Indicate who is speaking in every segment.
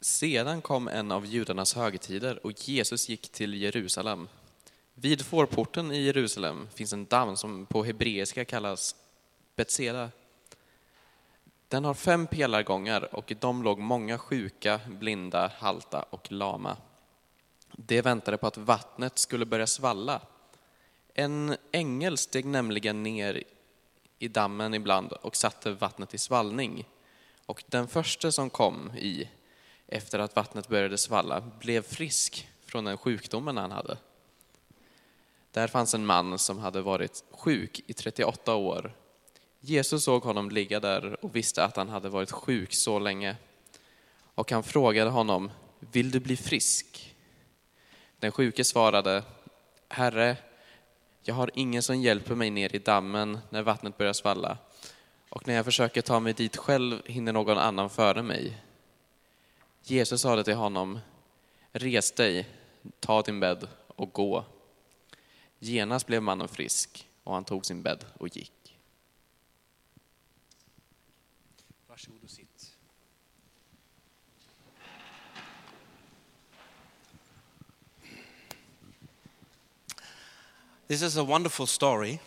Speaker 1: Sedan kom en av judarnas högtider och Jesus gick till Jerusalem. Vid fårporten i Jerusalem finns en damm som på hebreiska kallas Betseda. Den har fem pelargångar och i dem låg många sjuka, blinda, halta och lama. De väntade på att vattnet skulle börja svalla. En ängel steg nämligen ner i dammen ibland och satte vattnet i svallning. Och den första som kom i efter att vattnet började svalla blev frisk från den sjukdomen han hade. Där fanns en man som hade varit sjuk i 38 år. Jesus såg honom ligga där och visste att han hade varit sjuk så länge. Och han frågade honom, vill du bli frisk? Den sjuke svarade, Herre, jag har ingen som hjälper mig ner i dammen när vattnet börjar svalla. Och när jag försöker ta mig dit själv hinner någon annan före mig. Jesus sade till honom, res dig, ta din bädd och gå. Genast blev mannen frisk och han tog sin bädd och gick.
Speaker 2: Varsågod och sitt. This is a wonderful story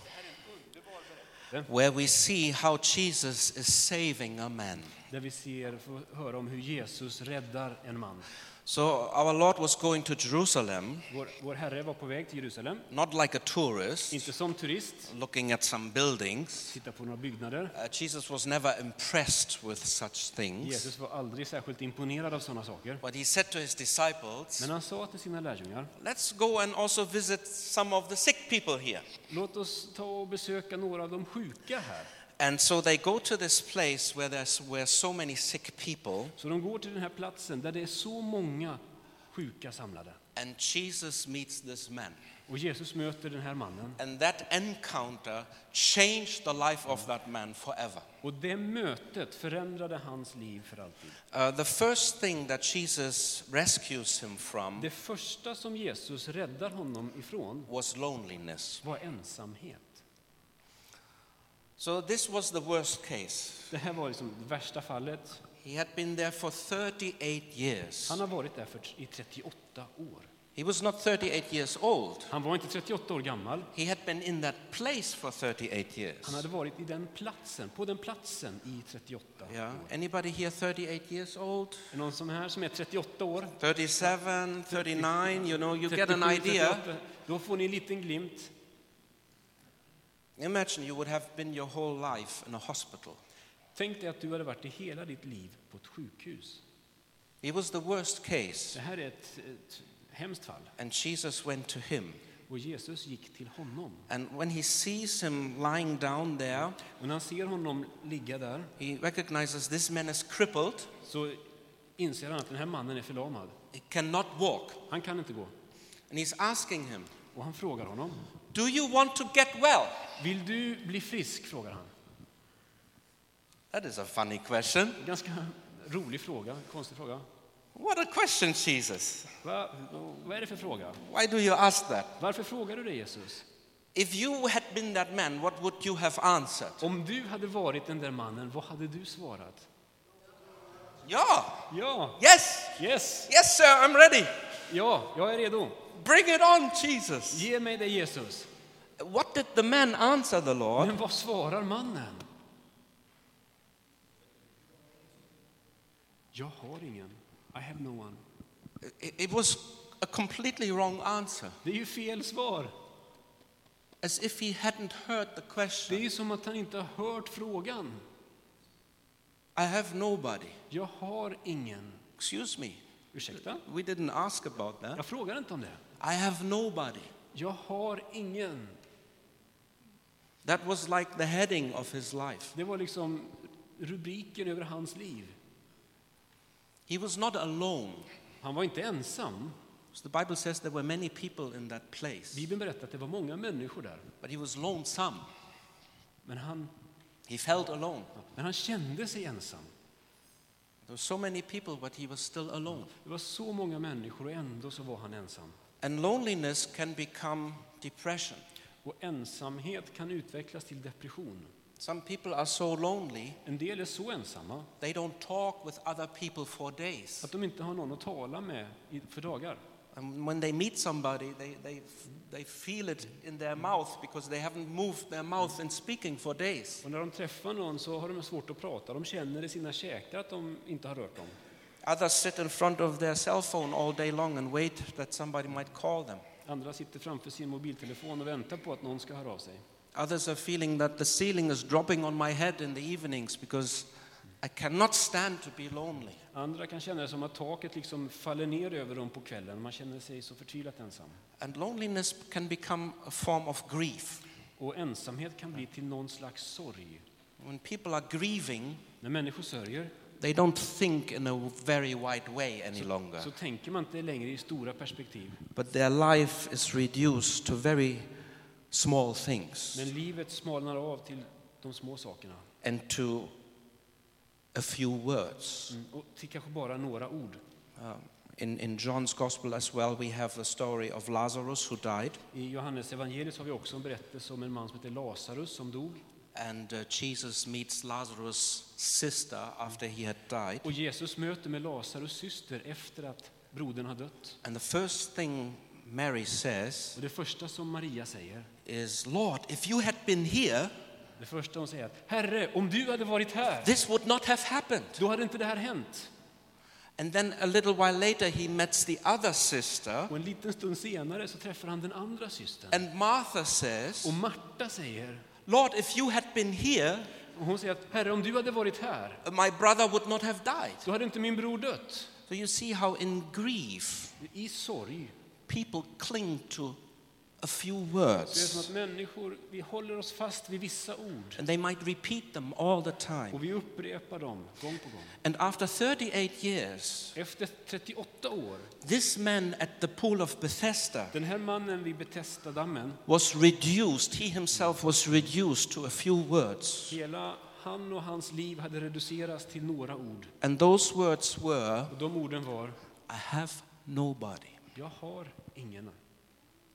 Speaker 2: where we see how Jesus is saving a man.
Speaker 3: Där vi ser, får höra om hur Jesus räddar en man.
Speaker 2: So our Lord was going to Jerusalem,
Speaker 3: Vår, vår Herre var på väg till Jerusalem,
Speaker 2: not like a tourist,
Speaker 3: inte som turist,
Speaker 2: looking at some buildings.
Speaker 3: titta på några byggnader.
Speaker 2: Uh, Jesus was never impressed with such things.
Speaker 3: Jesus var aldrig särskilt imponerad av sådana saker.
Speaker 2: But he said to his disciples,
Speaker 3: Men han sa till sina lärjungar,
Speaker 2: Let's go and also visit some of the sick people here.
Speaker 3: låt oss ta och besöka några av de sjuka här.
Speaker 2: And so they go to this place where there's where so many sick people,
Speaker 3: Så de går till den här platsen där det är så många sjuka samlade.
Speaker 2: and Jesus meets this man.
Speaker 3: Och Jesus möter den här mannen.
Speaker 2: And that encounter changed the life of that man forever.
Speaker 3: Och det mötet förändrade hans liv för alltid.
Speaker 2: Uh, the first thing that Jesus rescues him from
Speaker 3: Det första som Jesus räddar honom ifrån
Speaker 2: was loneliness.
Speaker 3: var ensamhet.
Speaker 2: So this was the worst case.
Speaker 3: Det här var liksom det värsta fallet.
Speaker 2: He had been there for 38 years.
Speaker 3: Han har varit där för, i 38 år.
Speaker 2: He was not 38 years old.
Speaker 3: Han var inte 38 år gammal.
Speaker 2: He had been in that place for 38
Speaker 3: Han
Speaker 2: years.
Speaker 3: hade varit i den platsen, på den platsen i 38
Speaker 2: Yeah.
Speaker 3: år.
Speaker 2: Anybody here 38 years old?
Speaker 3: Är någon som här som är 38 år?
Speaker 2: 37, 39, you know, you get an
Speaker 3: 37,
Speaker 2: idea.
Speaker 3: 38, Då får ni en liten glimt.
Speaker 2: Imagine you would have been your whole life in a hospital.
Speaker 3: Tänk dig att du hade varit i hela ditt liv på ett sjukhus.
Speaker 2: He was the worst case.
Speaker 3: Det här är ett, ett hemskt fall.
Speaker 2: And Jesus went to him.
Speaker 3: Och Jesus gick till honom.
Speaker 2: And when he sees him lying down there,
Speaker 3: Och när han ser honom ligga där
Speaker 2: he recognizes this man is crippled.
Speaker 3: så inser han att den här mannen är förlamad.
Speaker 2: He cannot walk.
Speaker 3: Han kan inte gå.
Speaker 2: And he's asking him,
Speaker 3: Och han frågar honom.
Speaker 2: Do you want to get well?
Speaker 3: Vill du bli frisk? frågar han.
Speaker 2: That is a funny question.
Speaker 3: Ganska rolig fråga, konstig fråga.
Speaker 2: What a question, Jesus.
Speaker 3: Va, vad är det för fråga?
Speaker 2: Why do you ask that?
Speaker 3: Varför frågar du det Jesus?
Speaker 2: If you had been that man, what would you have answered?
Speaker 3: Om du hade varit den där mannen, vad hade du svarat?
Speaker 2: Yeah,
Speaker 3: Ja,
Speaker 2: yes,
Speaker 3: yes,
Speaker 2: yes, sir, I'm ready.
Speaker 3: ja, jag är redo.
Speaker 2: Bring it on, Jesus.
Speaker 3: Ge mig det Jesus.
Speaker 2: What did the man answer the Lord?
Speaker 3: Men vad svarar mannen? Jag har ingen. I have no one.
Speaker 2: It- It was a completely wrong answer,
Speaker 3: Det är ju fel svar.
Speaker 2: as if he hadn't heard the
Speaker 3: Det är
Speaker 2: question.
Speaker 3: ju som att han inte har hört frågan.
Speaker 2: I have nobody.
Speaker 3: Jag har ingen.
Speaker 2: Excuse me,
Speaker 3: Ursäkta?
Speaker 2: we didn't ask about that.
Speaker 3: Jag frågar inte om det.
Speaker 2: I have nobody.
Speaker 3: Jag har ingen.
Speaker 2: That was like the heading of his life.
Speaker 3: Det var liksom rubriken över hans liv.
Speaker 2: He was not alone.
Speaker 3: Han var inte ensam.
Speaker 2: So the Bible says there were many people in that place,
Speaker 3: Bibeln berättar att det var många människor där.
Speaker 2: but he was lonesome.
Speaker 3: Men han,
Speaker 2: He felt alone.
Speaker 3: men han kände sig ensam.
Speaker 2: There were so many people, but he was still alone.
Speaker 3: Det var så många människor och ändå så var han ensam.
Speaker 2: And loneliness can become depression.
Speaker 3: Och ensamhet kan utvecklas till depression.
Speaker 2: Some people are so lonely,
Speaker 3: En del är så ensamma
Speaker 2: they don't talk with other people for days.
Speaker 3: att de inte har någon att tala med i- för dagar.
Speaker 2: And when they meet somebody, they, they, f- they feel it in their mouth because they haven't moved their mouth and speaking for days.
Speaker 3: Och när de träffar någon så har de svårt att prata. De känner i sina käkar att de inte har rört dem.
Speaker 2: Others sit in front of their cell phone all day long and wait that somebody might call them.
Speaker 3: Andra sitter framför sin mobiltelefon och väntar på att någon ska höra av sig.
Speaker 2: Others are feeling that the ceiling is dropping on my head in the evenings because I cannot stand to be lonely.
Speaker 3: Andra kan känna det som att taket liksom faller ner över dem på kvällen. Man känner sig så förtvivlat ensam.
Speaker 2: And loneliness can become a form of grief.
Speaker 3: Och ensamhet kan bli till någon slags sorg.
Speaker 2: When people are grieving,
Speaker 3: När människor sörjer
Speaker 2: they don't think in a very wide way any longer.
Speaker 3: så tänker man inte längre i stora perspektiv.
Speaker 2: But their life is reduced to very small things
Speaker 3: Men livet smalnar av till de små sakerna.
Speaker 2: and to a few words.
Speaker 3: Mm. Och till kanske bara några ord.
Speaker 2: Um, in, in John's Gospel as well, we have the story of Lazarus who died,
Speaker 3: I Johannes evangeliet har vi också en berättelse om en man som heter Lazarus som dog.
Speaker 2: and uh, Jesus meets Lazarus' sister after he had died.
Speaker 3: Och Jesus möter med Lazarus syster efter att brodern har dött.
Speaker 2: And the first thing Mary says
Speaker 3: Och det första som Maria säger,
Speaker 2: is, Lord, if you had been here,
Speaker 3: det första hon säger är att Herre, om du hade varit här,
Speaker 2: this would not have happened.
Speaker 3: då hade inte det här hänt.
Speaker 2: And then a little while later, he meets the other sister,
Speaker 3: Och en liten stund senare så träffar han den andra systern.
Speaker 2: and Martha says,
Speaker 3: Och Marta säger,
Speaker 2: Lord, if you had been here,
Speaker 3: och hon säger att Herre, om du hade varit här,
Speaker 2: my brother would not have died.
Speaker 3: då hade inte min bror dött.
Speaker 2: So you see how in grief
Speaker 3: I sorg
Speaker 2: people cling to a few
Speaker 3: Så det är som
Speaker 2: words
Speaker 3: att människor, vi håller oss fast vid vissa ord
Speaker 2: and they might repeat them all the
Speaker 3: och
Speaker 2: time.
Speaker 3: vi upprepar dem gång på gång.
Speaker 2: And after 38 years,
Speaker 3: Efter 38 år,
Speaker 2: this man at the pool of Bethesda
Speaker 3: den här mannen vid Betesda-dammen,
Speaker 2: was reduced, he himself was reduced to a few words.
Speaker 3: hela han och hans liv hade reducerats till några ord.
Speaker 2: And those words were,
Speaker 3: Och de orden var,
Speaker 2: I have nobody.
Speaker 3: jag har ingen.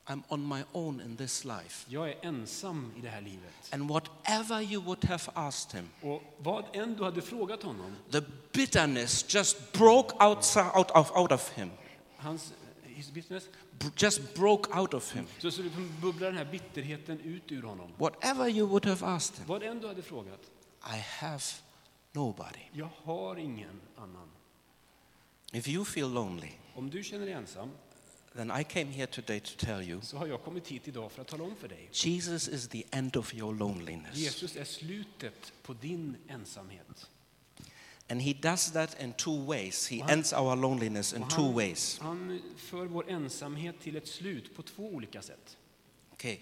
Speaker 2: I'm on my own in this life.
Speaker 3: Jag är ensam i det här livet.
Speaker 2: And whatever you would have asked him,
Speaker 3: Och vad än du hade frågat honom,
Speaker 2: the bitterness just broke out, out, of, out of him,
Speaker 3: hans his business,
Speaker 2: b- just broke out of him.
Speaker 3: så, så liksom bubblar den här bitterheten ut ur honom.
Speaker 2: Whatever you would have asked him,
Speaker 3: Vad än du hade frågat,
Speaker 2: I have nobody.
Speaker 3: jag har ingen annan.
Speaker 2: If you feel lonely,
Speaker 3: Om du känner dig ensam,
Speaker 2: then I came here today to tell you
Speaker 3: så har jag kommit hit idag för att tala om för dig.
Speaker 2: Jesus is the end of your loneliness.
Speaker 3: Jesus är slutet på din ensamhet.
Speaker 2: And he does that in two ways. He
Speaker 3: Wow.
Speaker 2: ends our loneliness in
Speaker 3: Och
Speaker 2: two
Speaker 3: han-
Speaker 2: ways.
Speaker 3: Han för vår ensamhet till ett slut på två olika sätt.
Speaker 2: Okay.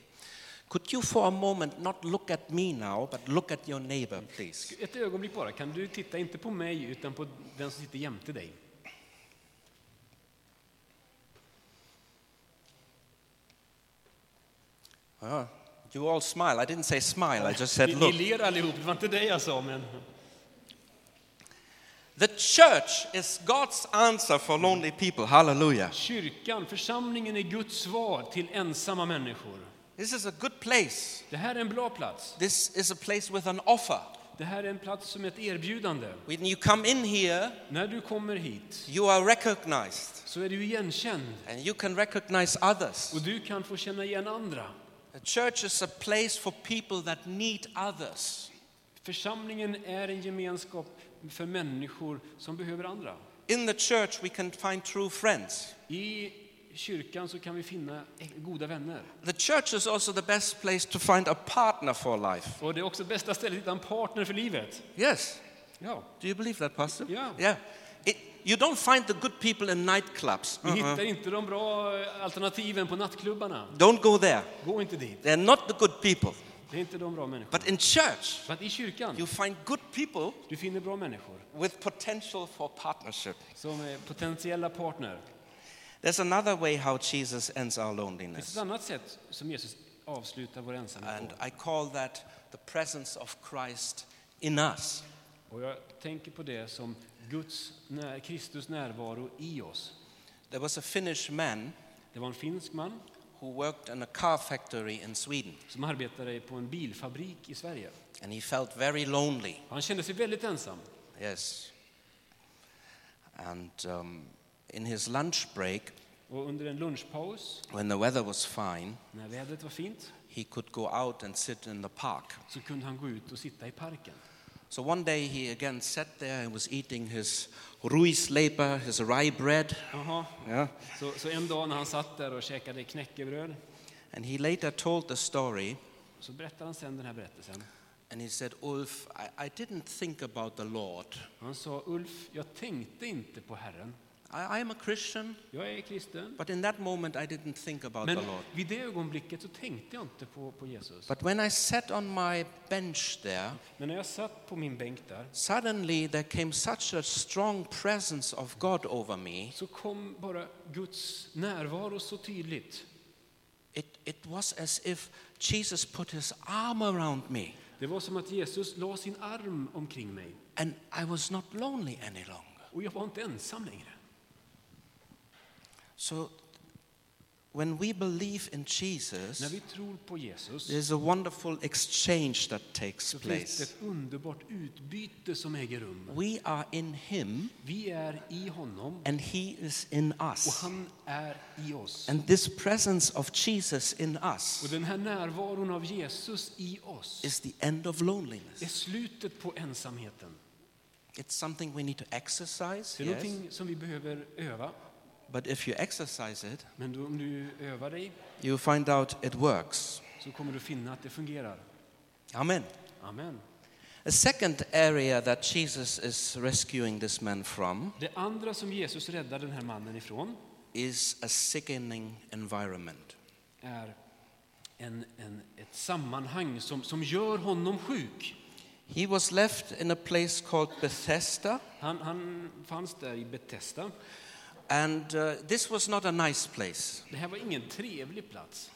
Speaker 2: Could you for a moment not look at me now, but look at your neighbor, please?
Speaker 3: Ett ögonblick bara, kan du titta inte på mig utan på den som sitter jämte dig?
Speaker 2: Ah, you all smile. I didn't say smile, I just said
Speaker 3: Ni, ni
Speaker 2: look.
Speaker 3: ler allihop, det var inte dig jag sa men...
Speaker 2: The church is God's answer for lonely people. Hallelujah.
Speaker 3: Kyrkan, församlingen är Guds svar till ensamma människor.
Speaker 2: This is a good place.
Speaker 3: Det här är en bra plats.
Speaker 2: This is a place with an offer.
Speaker 3: Det här är en plats som är ett erbjudande.
Speaker 2: When you come in here,
Speaker 3: När du kommer hit
Speaker 2: you are recognized
Speaker 3: så är du igenkänd
Speaker 2: and you can recognize others.
Speaker 3: och du kan få känna igen andra.
Speaker 2: The church is a place for people that need others.
Speaker 3: Församlingen är en gemenskap för människor som behöver andra.
Speaker 2: In the church, we can find true friends.
Speaker 3: I kyrkan så kan vi finna goda vänner.
Speaker 2: The church is also the best place to find a partner for life.
Speaker 3: Och det är också bästa stället att hitta en partner för livet.
Speaker 2: Yes.
Speaker 3: Ja.
Speaker 2: Do you believe that, Pastor?
Speaker 3: Yeah.
Speaker 2: Yeah. It, you don't find the good people in nightclubs.
Speaker 3: Vi
Speaker 2: Uh-uh.
Speaker 3: hittar inte de bra eh, alternativen på nattklubbarna.
Speaker 2: Don't go there.
Speaker 3: Gå inte dit.
Speaker 2: They're not the good people.
Speaker 3: Det är inte de bra människorna.
Speaker 2: But in church,
Speaker 3: För att i kyrkan,
Speaker 2: you find good people
Speaker 3: du finner bra människor
Speaker 2: with potential for partnership.
Speaker 3: som är potentiella partner.
Speaker 2: There's another way how Jesus ends our
Speaker 3: Det finns
Speaker 2: loneliness.
Speaker 3: ett annat sätt som Jesus avslutar vår ensamhet
Speaker 2: And
Speaker 3: på.
Speaker 2: I call that the presence of Christ in us.
Speaker 3: Och jag tänker på det som Guds, när, Kristus närvaro i oss.
Speaker 2: There was a Finnish man
Speaker 3: Det var en finsk man
Speaker 2: who who worked in a car factory in Sweden.
Speaker 3: som arbetade på en bilfabrik i Sverige.
Speaker 2: And he felt very lonely.
Speaker 3: Han kände sig väldigt ensam.
Speaker 2: Yes. And um, in his lunch break,
Speaker 3: Och under en lunchpaus,
Speaker 2: when the weather was fine,
Speaker 3: när vädret var fint,
Speaker 2: he could go out and sit in the park.
Speaker 3: så kunde han gå ut och sitta i parken.
Speaker 2: So one day he again sat there and was eating his Ruisleber, his rye bread.
Speaker 3: Jaha.
Speaker 2: Yeah.
Speaker 3: Så, så en dag när han satt där och käkade knäckebröd,
Speaker 2: And he later told the story
Speaker 3: så berättade han sen den här berättelsen.
Speaker 2: and he said, Ulf, I, I didn't think about the Lord.
Speaker 3: Han sa, Ulf, jag tänkte inte på Herren.
Speaker 2: I, I'm a Christian,
Speaker 3: Jag är kristen.
Speaker 2: but in that moment I didn't think about
Speaker 3: Men
Speaker 2: the Lord.
Speaker 3: vid det ögonblicket så tänkte jag inte på, på Jesus.
Speaker 2: But when I sat on my bench there,
Speaker 3: Men när jag satt på min bänk där
Speaker 2: suddenly there came such a strong presence of God over me.
Speaker 3: så kom bara Guds närvaro så tydligt.
Speaker 2: It, it was as if Jesus put his arm around me
Speaker 3: Det var som att Jesus la sin arm omkring mig
Speaker 2: and I was not lonely any longer.
Speaker 3: och jag var inte ensam längre.
Speaker 2: So when we believe in
Speaker 3: När
Speaker 2: Jesus,
Speaker 3: vi tror på Jesus
Speaker 2: there's a wonderful exchange that takes
Speaker 3: så finns det
Speaker 2: place.
Speaker 3: ett underbart utbyte som äger rum.
Speaker 2: We are in him
Speaker 3: Vi är i honom
Speaker 2: and he is in
Speaker 3: och
Speaker 2: us.
Speaker 3: han är i oss.
Speaker 2: And this presence of Jesus in
Speaker 3: Och
Speaker 2: us
Speaker 3: den här närvaron av Jesus i oss
Speaker 2: is the end of
Speaker 3: är
Speaker 2: loneliness.
Speaker 3: slutet på ensamheten.
Speaker 2: It's something we need to exercise,
Speaker 3: Det är
Speaker 2: yes.
Speaker 3: någonting som vi behöver öva.
Speaker 2: But if you exercise it,
Speaker 3: Men då, om du övar dig
Speaker 2: you find out it works.
Speaker 3: så kommer du finna att det fungerar.
Speaker 2: Amen.
Speaker 3: Amen.
Speaker 2: A second area that Jesus is rescuing this man from
Speaker 3: Det andra som Jesus räddar den här mannen ifrån
Speaker 2: is a sickening environment.
Speaker 3: är en, en, ett sammanhang som, som gör honom sjuk.
Speaker 2: He was left in a place called Bethesda,
Speaker 3: Han, han fanns där i Betesda.
Speaker 2: and uh, this was not a nice place.
Speaker 3: Det här var ingen trevlig plats.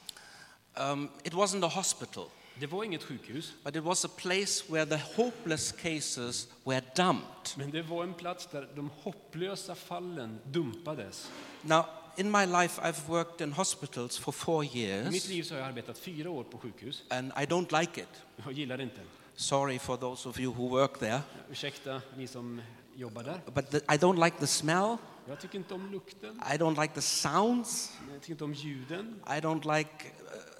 Speaker 2: Um, it wasn't a hospital,
Speaker 3: Det var inget sjukhus,
Speaker 2: but it was a place where the hopeless cases were dumped.
Speaker 3: men det var en plats där de hopplösa fallen dumpades.
Speaker 2: Now, in my life, I've worked in hospitals for four
Speaker 3: I mitt
Speaker 2: years,
Speaker 3: liv så har jag arbetat fyra år på sjukhus.
Speaker 2: and I don't like it.
Speaker 3: Jag gillar det inte.
Speaker 2: Sorry for those of you who work there,
Speaker 3: Ursäkta ni som jobbar där.
Speaker 2: but the, I don't like the smell.
Speaker 3: Jag tycker inte om lukten,
Speaker 2: I don't like the sounds.
Speaker 3: jag tycker inte om ljuden.
Speaker 2: I don't like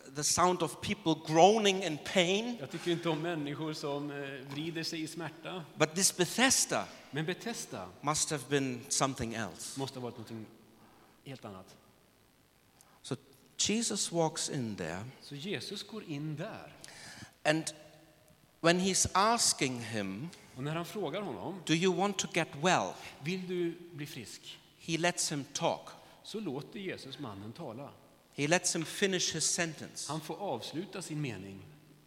Speaker 2: uh, the sound of people groaning in pain.
Speaker 3: Jag tycker inte om människor som eh, vrider sig i smärta.
Speaker 2: But this Bethesda
Speaker 3: Men Betesda
Speaker 2: must have been something else.
Speaker 3: måste ha varit något helt annat.
Speaker 2: So Jesus walks in there,
Speaker 3: Så Jesus går in där.
Speaker 2: and when he's asking him,
Speaker 3: Och när han frågar honom,
Speaker 2: Do you want to get well?
Speaker 3: vill du bli frisk?
Speaker 2: He lets him talk.
Speaker 3: Så låter Jesus mannen tala.
Speaker 2: He lets him finish his sentence.
Speaker 3: Han får avsluta sin mening.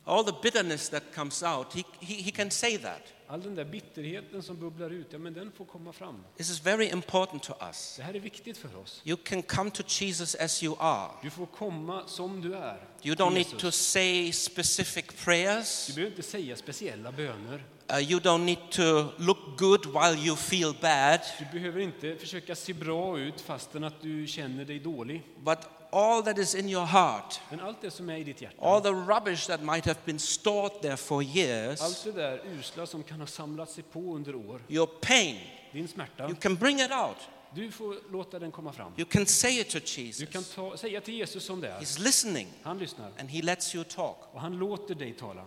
Speaker 2: All the bitterness that comes out, he, he, he can say that.
Speaker 3: All den där bitterheten som bubblar ut, ja men den får komma fram.
Speaker 2: This is very important to us.
Speaker 3: Det här är viktigt för oss.
Speaker 2: You can come to Jesus as you are.
Speaker 3: Du får komma som du är.
Speaker 2: You don't need
Speaker 3: Jesus.
Speaker 2: to say specific prayers.
Speaker 3: Du behöver inte säga speciella böner.
Speaker 2: Uh, you don't need to look good while you feel bad,
Speaker 3: Du behöver inte försöka se bra ut fastän att du känner dig dålig.
Speaker 2: but all that is in your heart,
Speaker 3: Men allt det som är i ditt hjärta,
Speaker 2: all the rubbish that might have been stored there for
Speaker 3: allt
Speaker 2: years,
Speaker 3: det där usla som kan ha samlat sig på under år,
Speaker 2: your pain,
Speaker 3: din
Speaker 2: you
Speaker 3: smärta,
Speaker 2: can bring it out.
Speaker 3: du får låta den komma fram.
Speaker 2: You can say it to
Speaker 3: Du kan
Speaker 2: Jesus.
Speaker 3: ta, säga till Jesus som det är.
Speaker 2: He's listening
Speaker 3: Han lyssnar
Speaker 2: and he lets you talk.
Speaker 3: och han låter dig tala.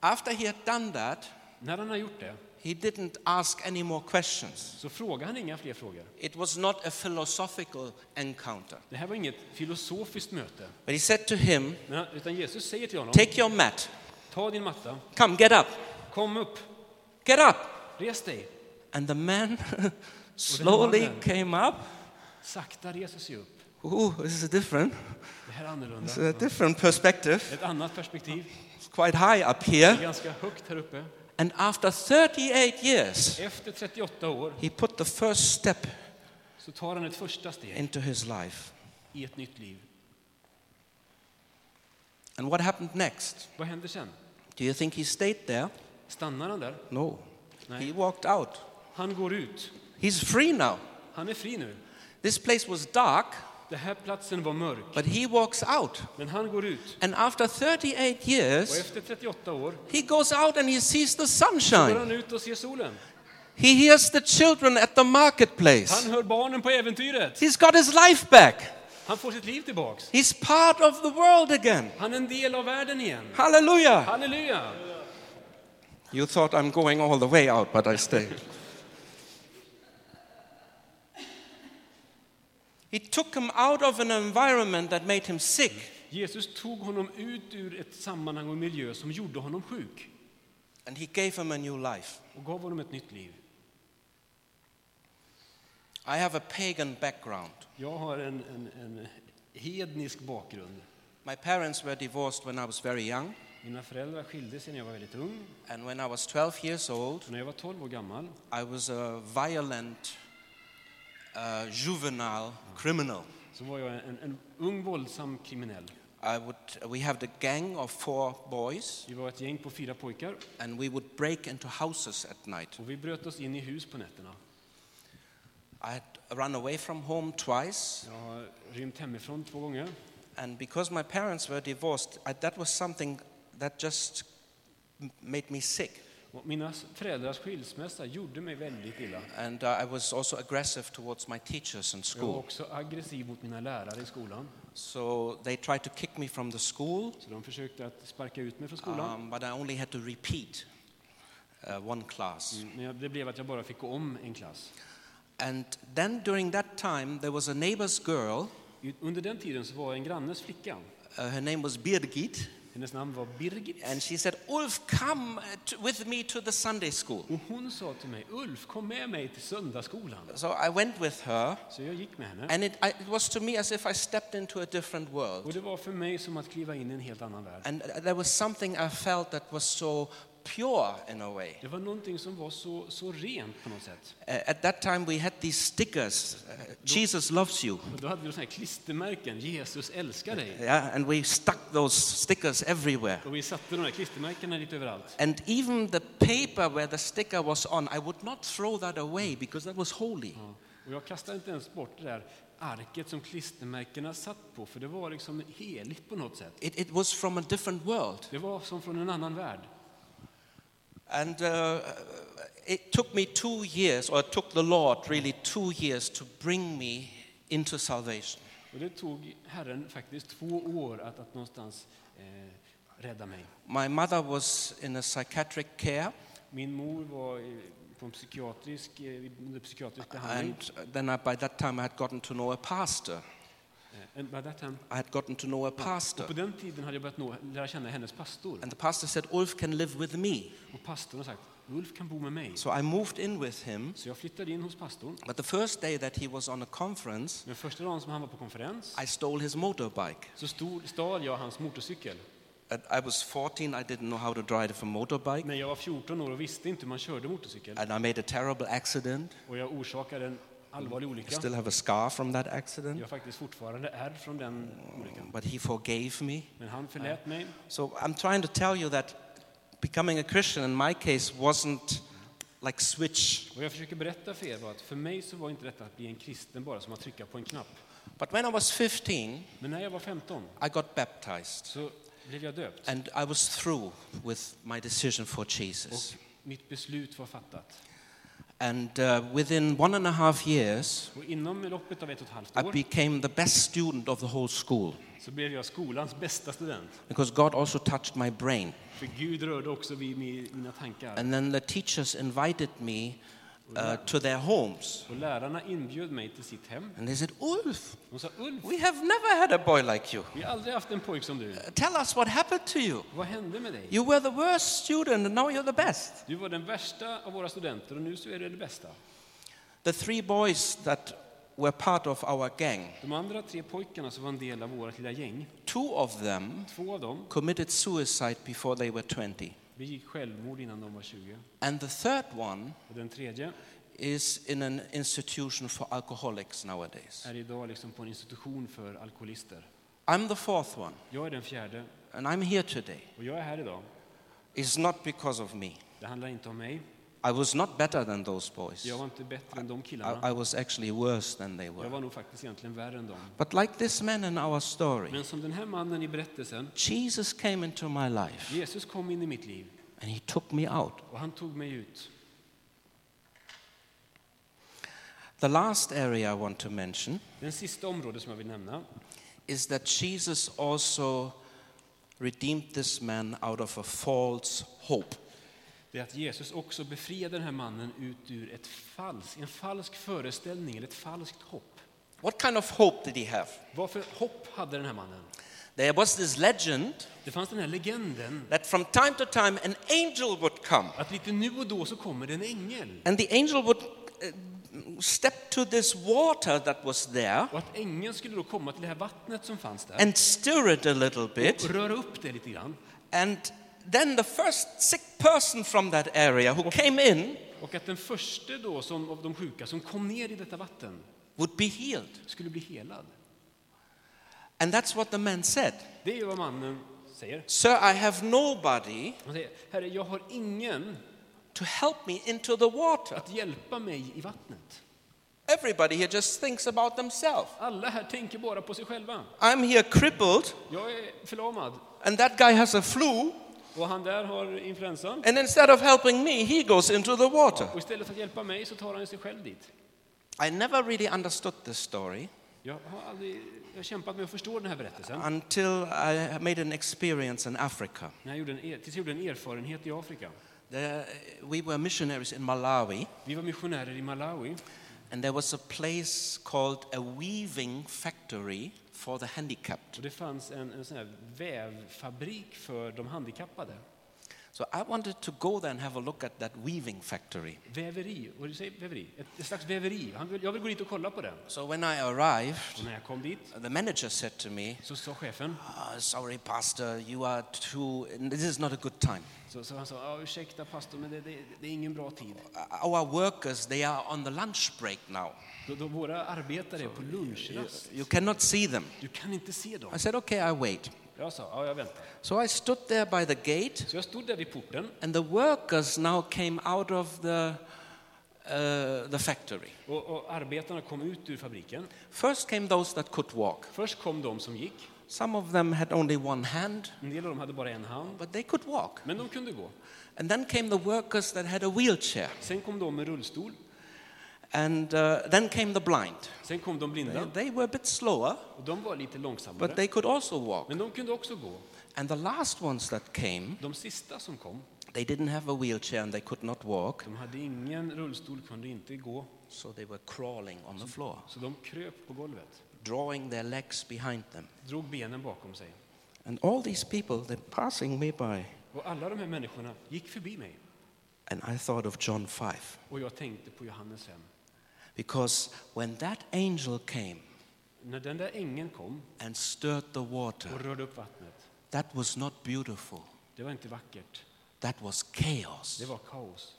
Speaker 2: After he had done that,
Speaker 3: När han har gjort det
Speaker 2: he didn't ask any more questions.
Speaker 3: så frågar han inga fler frågor.
Speaker 2: It was not a philosophical encounter.
Speaker 3: Det här var inget filosofiskt möte,
Speaker 2: But he said to him,
Speaker 3: Men han- utan Jesus säger till honom,
Speaker 2: Take your mat.
Speaker 3: ta din matta,
Speaker 2: Come, get up.
Speaker 3: kom upp,
Speaker 2: Get up.
Speaker 3: res dig.
Speaker 2: And the man slowly
Speaker 3: man.
Speaker 2: came up.
Speaker 3: Sakta reser sig upp.
Speaker 2: Ooh, this is different.
Speaker 3: Det här är annorlunda.
Speaker 2: It's a different perspective.
Speaker 3: Ett annat perspektiv,
Speaker 2: It's quite high up
Speaker 3: det är
Speaker 2: here.
Speaker 3: ganska högt här uppe.
Speaker 2: And after 38 years,
Speaker 3: Efter 38 år
Speaker 2: he put the first step
Speaker 3: så tar han ett första steg
Speaker 2: into his life.
Speaker 3: i ett nytt liv.
Speaker 2: And what happened next?
Speaker 3: Vad händer sen?
Speaker 2: Do you think he stayed there?
Speaker 3: Stannar han där?
Speaker 2: No.
Speaker 3: No.
Speaker 2: He walked out.
Speaker 3: Han går ut.
Speaker 2: He's free now.
Speaker 3: Han är fri nu.
Speaker 2: This place was dark,
Speaker 3: Den här platsen var mörk,
Speaker 2: But he walks out.
Speaker 3: men han går ut.
Speaker 2: And after 38
Speaker 3: Och
Speaker 2: years,
Speaker 3: efter 38 år
Speaker 2: he goes out and he sees the
Speaker 3: går
Speaker 2: sunshine.
Speaker 3: han ut och ser solen.
Speaker 2: He hears the children at the
Speaker 3: Han
Speaker 2: marketplace.
Speaker 3: hör barnen på äventyret.
Speaker 2: He's got his life back.
Speaker 3: Han får sitt liv tillbaks.
Speaker 2: He's part of the world again.
Speaker 3: Han är en del av världen igen.
Speaker 2: Hallelujah.
Speaker 3: Halleluja!
Speaker 2: You thought I'm going all the way out, but I stayed. he took him out of an environment that made him sick.
Speaker 3: Jesus tog honom ut ur ett sammanhang och en miljö som gjorde honom sjuk
Speaker 2: And he gave him a new life.
Speaker 3: och gav honom ett nytt liv.
Speaker 2: I have a pagan background.
Speaker 3: Jag har en, en, en hednisk bakgrund.
Speaker 2: My parents were divorced when I was very young,
Speaker 3: Mina föräldrar skilde sig när jag var väldigt ung.
Speaker 2: and when I was 12 years old,
Speaker 3: Så när jag var 12 år gammal
Speaker 2: I was a violent uh, juvenile criminal.
Speaker 3: så var jag en, en ung våldsam kriminell.
Speaker 2: I would, we had a gang of four boys,
Speaker 3: Vi var ett gäng på fyra pojkar
Speaker 2: and we would break into houses at night.
Speaker 3: och vi bröt oss in i hus på nätterna.
Speaker 2: I had run away from home twice,
Speaker 3: Jag har rymt hemifrån två gånger.
Speaker 2: and because my parents were divorced, I, that was something that just m- made me sick.
Speaker 3: Och mina föräldrars skilsmässa gjorde mig väldigt illa.
Speaker 2: And uh, I was also aggressive towards my teachers in
Speaker 3: Jag var
Speaker 2: school.
Speaker 3: också aggressiv mot mina lärare i skolan.
Speaker 2: So they tried to kick me from the school,
Speaker 3: Så de försökte att sparka ut mig från skolan.
Speaker 2: um, but I only had to repeat uh, one class.
Speaker 3: Men jag- det blev att jag bara fick gå om en klass.
Speaker 2: And then during that time, there was a neighbor's girl.
Speaker 3: I- Under den tiden så var en grannes flicka.
Speaker 2: Uh, her name was Birgit.
Speaker 3: Hennes namn var Birgit.
Speaker 2: And she said, Ulf, come uh, t- with me to the Sunday school.
Speaker 3: Och hon sa till mig, Ulf kom med mig till söndagsskolan.
Speaker 2: So I went with her,
Speaker 3: Så jag gick med henne.
Speaker 2: and it, I, it was to me as if I stepped into a different
Speaker 3: Och
Speaker 2: world.
Speaker 3: det var för mig som att kliva in i en helt annan värld.
Speaker 2: And uh, there was something I felt that was so pure in a way.
Speaker 3: Det var någonting som var så, så rent på något sätt.
Speaker 2: Uh, at that time, we had these stickers uh, Jesus loves you.
Speaker 3: Och då hade vi sådana här klistermärken, Jesus älskar dig.
Speaker 2: Yeah, and we stuck those stickers everywhere.
Speaker 3: Och vi satte de här klistermärkena lite överallt.
Speaker 2: And even the paper where the sticker was on, I would not throw that away because that was holy.
Speaker 3: Ja. Och jag kastade inte ens bort det där arket som klistermärkena satt på, för det var liksom heligt på något sätt.
Speaker 2: It, it was from a different world.
Speaker 3: Det var som från en annan värld.
Speaker 2: And uh, it took me two years, or it took the Lord really two years to bring me into salvation.
Speaker 3: Och det tog Herren faktiskt två år att, att någonstans eh, rädda mig.
Speaker 2: My mother was in a psychiatric care,
Speaker 3: Min mor var eh, på en psykiatrisk, eh, under psykiatrisk behandling.
Speaker 2: and then I, by that time I had gotten to know a pastor.
Speaker 3: Eh, and by that time,
Speaker 2: I had gotten to know a pastor.
Speaker 3: på den tiden hade jag börjat nå, lära känna hennes pastor.
Speaker 2: And the pastor said, Ulf can live with me.
Speaker 3: Och pastorn har sagt, Ulf kan bo med mig.
Speaker 2: So I moved in with him.
Speaker 3: Så jag flyttade in hos pastorn.
Speaker 2: But the first day that he was on a conference,
Speaker 3: Men första dagen som han var på konferens
Speaker 2: I stole his motorbike.
Speaker 3: så stod, stal jag hans motorcykel.
Speaker 2: And I was 14, I didn't know how to drive a motorbike.
Speaker 3: När jag var 14 år och visste inte hur man körde motorcykel.
Speaker 2: And I made a terrible accident.
Speaker 3: Och jag orsakade en allvarlig
Speaker 2: I
Speaker 3: olycka.
Speaker 2: still have a scar from that accident.
Speaker 3: Jag har faktiskt fortfarande är från den olyckan.
Speaker 2: But he forgave me.
Speaker 3: Men han förlät mig.
Speaker 2: So I'm trying to tell you that becoming a Christian in my case wasn't like switch.
Speaker 3: Vad jag försöker berätta för er var att för mig så var inte detta att bli en kristen bara som att trycka på en knapp.
Speaker 2: But when I was 15,
Speaker 3: Men när jag var 15
Speaker 2: I got baptized.
Speaker 3: så blev jag döpt
Speaker 2: And I was through with my decision for
Speaker 3: och
Speaker 2: Jesus.
Speaker 3: mitt beslut var fattat.
Speaker 2: And uh, within one and a half years,
Speaker 3: Och inom loppet av ett och ett halvt
Speaker 2: I
Speaker 3: år
Speaker 2: became the best student of the whole school
Speaker 3: så blev jag skolans bästa student.
Speaker 2: because God also touched my brain.
Speaker 3: För Gud rörde också vid mi- mina tankar.
Speaker 2: And then the teachers invited me uh, to their homes.
Speaker 3: Och lärarna inbjöd mig till sitt hem.
Speaker 2: And they said, Ulf,
Speaker 3: De sa Ulf,
Speaker 2: we have never had a boy like you.
Speaker 3: vi har aldrig haft en pojk som du.
Speaker 2: Tell us what happened to you.
Speaker 3: Vad hände med dig?
Speaker 2: You were the worst student and now you're the best.
Speaker 3: Du var den värsta av våra studenter och nu så är du det bästa.
Speaker 2: The three boys that were part of our gang,
Speaker 3: De andra tre pojkarna som var en del av vårt lilla gäng,
Speaker 2: two of them
Speaker 3: två av dem
Speaker 2: committed suicide before they were 20.
Speaker 3: begick självmord innan de var 20.
Speaker 2: And the third one
Speaker 3: Och den tredje
Speaker 2: is in an institution for alcoholics nowadays.
Speaker 3: är idag liksom på en institution för alkoholister.
Speaker 2: I'm the fourth one,
Speaker 3: Jag är den fjärde
Speaker 2: and I'm here today.
Speaker 3: och jag är här idag.
Speaker 2: It's not because of me.
Speaker 3: Det handlar inte om mig.
Speaker 2: I was not better than those boys.
Speaker 3: Jag var inte bättre än de killarna.
Speaker 2: I, I was actually worse than they
Speaker 3: Jag
Speaker 2: were.
Speaker 3: var nog faktiskt egentligen värre än dem.
Speaker 2: But like this man in our story,
Speaker 3: Men som den här mannen i berättelsen,
Speaker 2: Jesus came into my life
Speaker 3: Jesus kom in i mitt liv
Speaker 2: and he took me out.
Speaker 3: och han tog mig ut.
Speaker 2: The last area I want to mention
Speaker 3: Den sista området som jag vill nämna
Speaker 2: is that Jesus also redeemed this man out of a false hope.
Speaker 3: det är att Jesus också befriade den här mannen ut ur ett falsk, en falsk föreställning, eller ett falskt hopp.
Speaker 2: What kind of hope did he have?
Speaker 3: Vad för hopp hade den här mannen?
Speaker 2: There was this legend
Speaker 3: Det fanns den här legenden
Speaker 2: that from time to time an angel would come,
Speaker 3: att lite nu och då så kommer det en ängel.
Speaker 2: and the angel would uh, step to this water that was there
Speaker 3: Och att ängeln skulle då komma till det här vattnet som fanns där
Speaker 2: and stir it a little bit,
Speaker 3: och röra upp det lite grann.
Speaker 2: and then the first sick person from that area who came in
Speaker 3: Och att den första då som, av de sjuka som kom ner i detta vatten
Speaker 2: would be healed.
Speaker 3: skulle bli helad.
Speaker 2: And that's what the man said.
Speaker 3: Det är ju vad mannen säger.
Speaker 2: Sir, I have nobody
Speaker 3: Han säger, Herre, jag har ingen
Speaker 2: to help me into the water.
Speaker 3: att hjälpa mig i vattnet.
Speaker 2: Everybody here just thinks about themselves.
Speaker 3: Alla här tänker bara på sig själva.
Speaker 2: I'm here crippled,
Speaker 3: Jag är förlamad
Speaker 2: and that guy has a flu,
Speaker 3: och han där har influensan.
Speaker 2: and instead of helping me, he goes into the water.
Speaker 3: Och istället för att hjälpa mig så tar han sig själv dit.
Speaker 2: I never really understood this story
Speaker 3: Jag har, aldrig, jag har kämpat med att förstå den här berättelsen.
Speaker 2: until I made an experience in Africa.
Speaker 3: När jag gjorde en, er- tills jag gjorde en erfarenhet i Afrika.
Speaker 2: There, we were missionaries in Malawi,
Speaker 3: Vi var missionärer i Malawi
Speaker 2: and there was a place called a weaving factory for the handicapped.
Speaker 3: och det fanns en, en sån här vävfabrik för de handikappade.
Speaker 2: So I wanted to go there and have a look at that weaving factory.
Speaker 3: Väveri, vad du säger, väveri? Ett, ett slags väveri. Han vill, jag vill gå dit och kolla på den.
Speaker 2: So when I arrived,
Speaker 3: Och när jag kom dit
Speaker 2: the manager said to me,
Speaker 3: så sa chefen,
Speaker 2: "Ah, Sorry, Pastor, you are too, this is not a good time.
Speaker 3: så, så han sa, ja, ursäkta pastor men det, det, det är ingen bra tid.
Speaker 2: Our workers, they are on the lunch break now.
Speaker 3: Då, då våra arbetare är på lunchrast,
Speaker 2: You cannot see them.
Speaker 3: du kan inte se dem.
Speaker 2: I said, Okay, I wait.
Speaker 3: Jag sa, ja jag väntar.
Speaker 2: So I stood there by the gate,
Speaker 3: Så jag stod där vid porten
Speaker 2: and the workers now came out of the, uh, the factory.
Speaker 3: och, och arbetarna kom ut ur fabriken.
Speaker 2: First came those that could walk.
Speaker 3: Först kom de som gick,
Speaker 2: Some of them had only one hand,
Speaker 3: en del av dem hade bara en hand,
Speaker 2: but they could walk.
Speaker 3: men de kunde gå.
Speaker 2: And then came the workers that had a wheelchair.
Speaker 3: Sen kom de med rullstol,
Speaker 2: And uh, then came the blind.
Speaker 3: sen kom de
Speaker 2: They,
Speaker 3: blinda
Speaker 2: they were a bit slower,
Speaker 3: och de var lite
Speaker 2: but
Speaker 3: långsammare.
Speaker 2: they could also walk.
Speaker 3: Men de kunde också gå.
Speaker 2: And the last ones that came,
Speaker 3: De sista som kom,
Speaker 2: they didn't have a wheelchair and they could not walk,
Speaker 3: de hade ingen rullstol, kunde inte gå,
Speaker 2: so they were crawling on the floor,
Speaker 3: så de kröp på golvet,
Speaker 2: drawing their legs behind them.
Speaker 3: drog benen bakom sig.
Speaker 2: And all these people, they're passing me by.
Speaker 3: Och alla de här människorna gick förbi mig
Speaker 2: And I thought of John 5.
Speaker 3: och jag tänkte på Johannes 5.
Speaker 2: Because when that angel came
Speaker 3: När den där ängeln kom
Speaker 2: and stirred the water,
Speaker 3: och rörde upp vattnet,
Speaker 2: that was not beautiful.
Speaker 3: det var inte vackert,
Speaker 2: That was
Speaker 3: det
Speaker 2: chaos.
Speaker 3: var kaos.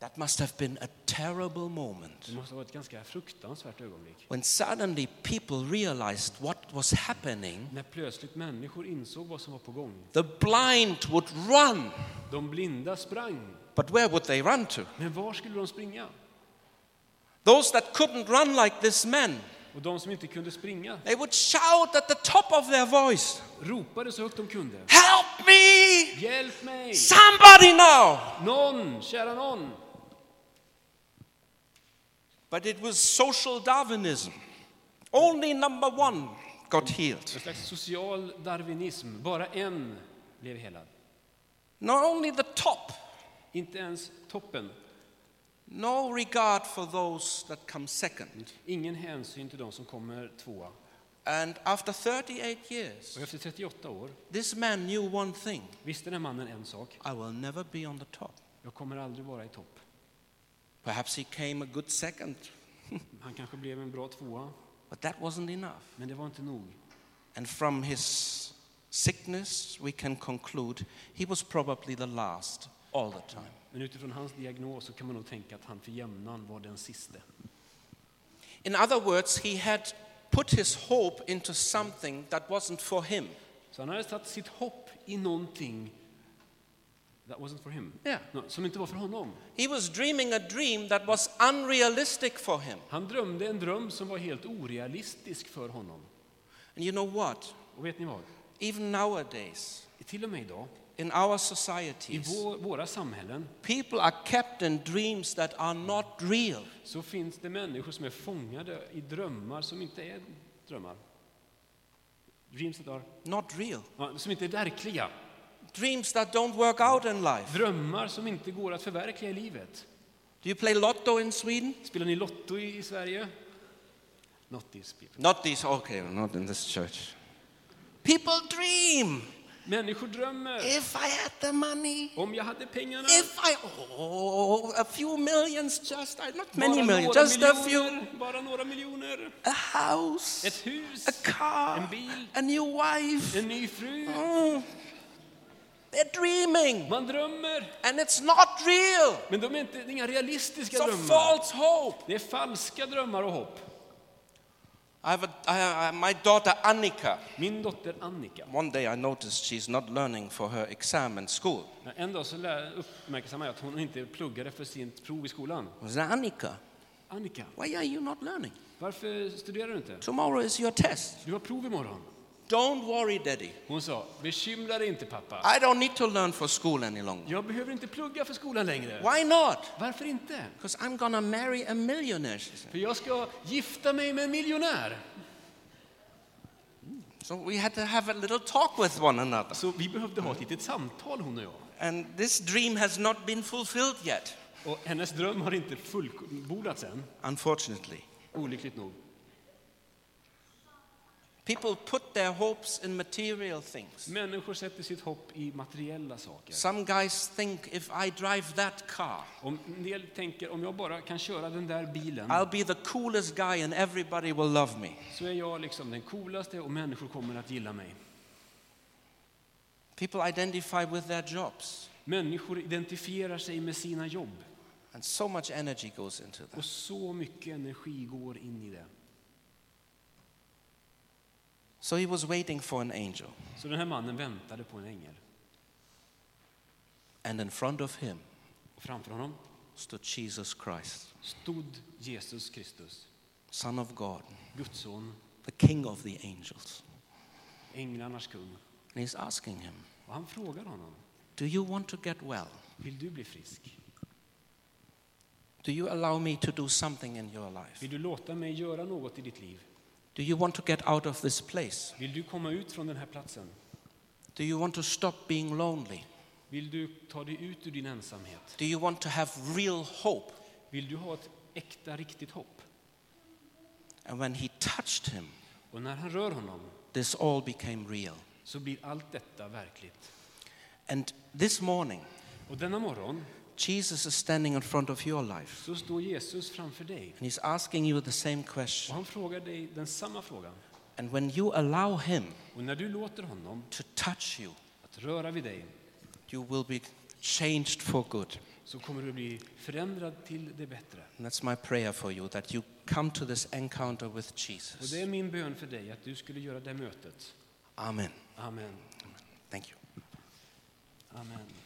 Speaker 2: That must have been a terrible moment.
Speaker 3: Det måste ha varit ett ganska fruktansvärt ögonblick.
Speaker 2: When suddenly people realized what was happening,
Speaker 3: När plötsligt människor insåg vad som var på gång.
Speaker 2: the blind would run.
Speaker 3: De blinda sprang,
Speaker 2: But where would they run to?
Speaker 3: men var skulle de springa?
Speaker 2: Those that couldn't run like this man,
Speaker 3: Och de som inte kunde springa
Speaker 2: they would shout at the top of their voice,
Speaker 3: ropade så högt de kunde.
Speaker 2: Help me!
Speaker 3: Hjälp mig!
Speaker 2: Somebody now!
Speaker 3: Någon, kära någon!
Speaker 2: But it was social Darwinism. Only number one got healed.
Speaker 3: En slags social darwinism. Bara en blev helad.
Speaker 2: Not only the top,
Speaker 3: Inte ens toppen.
Speaker 2: no regard for those that come second.
Speaker 3: Ingen hänsyn till de som kommer tvåa.
Speaker 2: And after 38 years,
Speaker 3: Och efter 38 år
Speaker 2: this man knew one thing
Speaker 3: visste den här mannen en sak.
Speaker 2: I will never be on the top.
Speaker 3: Jag kommer aldrig vara i topp.
Speaker 2: Perhaps he came a good second,
Speaker 3: Han kanske blev en bra tvåa,
Speaker 2: but that wasn't enough.
Speaker 3: men det var inte nog.
Speaker 2: And from his sickness, we can conclude he was probably the last all the time.
Speaker 3: Men utifrån hans diagnos så kan man nog tänka att han för jämnan var den siste.
Speaker 2: In other words, he had put his hope into something that wasn't for him.
Speaker 3: Så han hade satt sitt hopp i någonting That wasn't for him.
Speaker 2: Yeah.
Speaker 3: No, som inte var för honom.
Speaker 2: He was dreaming a dream that was unrealistic for him.
Speaker 3: Han drömde en dröm som var helt orealistisk för honom.
Speaker 2: And you know what?
Speaker 3: Och vet ni vad?
Speaker 2: Even nowadays,
Speaker 3: Till och med idag,
Speaker 2: in our
Speaker 3: i
Speaker 2: societies,
Speaker 3: vår, våra samhällen,
Speaker 2: people are kept in dreams that are not real.
Speaker 3: så finns det människor som är fångade i drömmar som inte är drömmar. Dreams that are,
Speaker 2: Not real.
Speaker 3: ja, som inte är verkliga.
Speaker 2: Dreams that don't work out in life.
Speaker 3: Drömmar som inte går att förverkliga i livet.
Speaker 2: Do you play Lotto in Sweden?
Speaker 3: Spelar ni Lotto i, i Sverige? Not this people.
Speaker 2: Not these, okay, not in this church. People dream.
Speaker 3: Människor drömmer.
Speaker 2: If I had the money,
Speaker 3: Om jag hade pengarna.
Speaker 2: if I, oh, a few millions just, I- not many
Speaker 3: bara
Speaker 2: millions,
Speaker 3: några
Speaker 2: just a few,
Speaker 3: miljoner, Bara några miljoner.
Speaker 2: a house,
Speaker 3: Ett hus.
Speaker 2: a car,
Speaker 3: en bil.
Speaker 2: a new wife.
Speaker 3: En ny fru.
Speaker 2: Mm. They're dreaming,
Speaker 3: Man drömmer.
Speaker 2: and it's not real.
Speaker 3: Men de är inte, det är inga realistiska
Speaker 2: It's a
Speaker 3: drömmar.
Speaker 2: false hope.
Speaker 3: Det är falska drömmar och hopp.
Speaker 2: I have a, I, I, my daughter Annika.
Speaker 3: Min dotter Annika.
Speaker 2: One day I noticed she's not learning for her exam in school.
Speaker 3: En dag så lär- uppmärksammade jag att hon inte pluggade för sitt prov i skolan.
Speaker 2: I said, Annika,
Speaker 3: Annika,
Speaker 2: why are you not learning?
Speaker 3: varför studerar du inte?
Speaker 2: Tomorrow is your test.
Speaker 3: Du har prov imorgon.
Speaker 2: Don't worry, Daddy.
Speaker 3: Hon sa, bekymra dig inte pappa.
Speaker 2: I don't need to learn for school any longer.
Speaker 3: Jag behöver inte plugga för skolan längre.
Speaker 2: Why not?
Speaker 3: Varför inte?
Speaker 2: Because I'm gonna marry a millionaire. She said.
Speaker 3: För jag ska gifta mig med en miljonär.
Speaker 2: So we had to have a little talk with one another.
Speaker 3: Så Alltså, vi behövde ha ett litet samtal hon och jag.
Speaker 2: And this dream has not been fulfilled yet,
Speaker 3: Och hennes dröm har inte fullbordats än,
Speaker 2: unfortunately.
Speaker 3: olyckligt nog.
Speaker 2: People put their hopes in material things.
Speaker 3: Människor sätter sitt hopp i materiella saker.
Speaker 2: Some guys think if I drive that car,
Speaker 3: Om en del tänker, om jag bara kan köra den där bilen
Speaker 2: I'll be the coolest guy and everybody will love me.
Speaker 3: så är jag liksom den coolaste och människor kommer att gilla mig.
Speaker 2: People identify with their jobs,
Speaker 3: Människor identifierar sig med sina jobb
Speaker 2: and so much energy goes into that.
Speaker 3: och så mycket energi går in i det.
Speaker 2: So he was waiting for an angel,
Speaker 3: Så den här mannen väntade på en ängel.
Speaker 2: and in front of him
Speaker 3: Och framför honom
Speaker 2: stood Jesus Christ,
Speaker 3: stod Jesus Kristus,
Speaker 2: Son of God,
Speaker 3: Guds son,
Speaker 2: the King of the angels.
Speaker 3: änglarnas kung.
Speaker 2: And he's asking him,
Speaker 3: Och han frågar honom,
Speaker 2: Do you want to get well?
Speaker 3: vill du bli frisk?
Speaker 2: Do you allow me to do something in your life?
Speaker 3: Vill du låta mig göra något i ditt liv?
Speaker 2: Do you want to get out of this place?
Speaker 3: Vill du komma ut från den här platsen?
Speaker 2: Do you want to stop being lonely?
Speaker 3: Vill du ta dig ut ur din ensamhet?
Speaker 2: Do you want to have real hope?
Speaker 3: Vill du ha ett äkta, riktigt hopp?
Speaker 2: And when he touched him,
Speaker 3: Och när han rör honom
Speaker 2: this all became real.
Speaker 3: så blir allt detta verkligt.
Speaker 2: And this morning,
Speaker 3: Och denna morgon
Speaker 2: Jesus is standing in front of your life
Speaker 3: så står Jesus framför dig
Speaker 2: and he's asking you the same
Speaker 3: och
Speaker 2: question.
Speaker 3: han frågar dig den samma frågan.
Speaker 2: And when you allow him
Speaker 3: Och när du låter honom
Speaker 2: to touch you,
Speaker 3: att röra vid dig
Speaker 2: you will be changed for good.
Speaker 3: så kommer du bli förändrad till det bättre.
Speaker 2: And that's my prayer for you that you come to this encounter with
Speaker 3: Och
Speaker 2: Jesus.
Speaker 3: det är min bön för dig att du skulle göra det mötet.
Speaker 2: Amen.
Speaker 3: Amen.
Speaker 2: Thank you.
Speaker 3: Amen.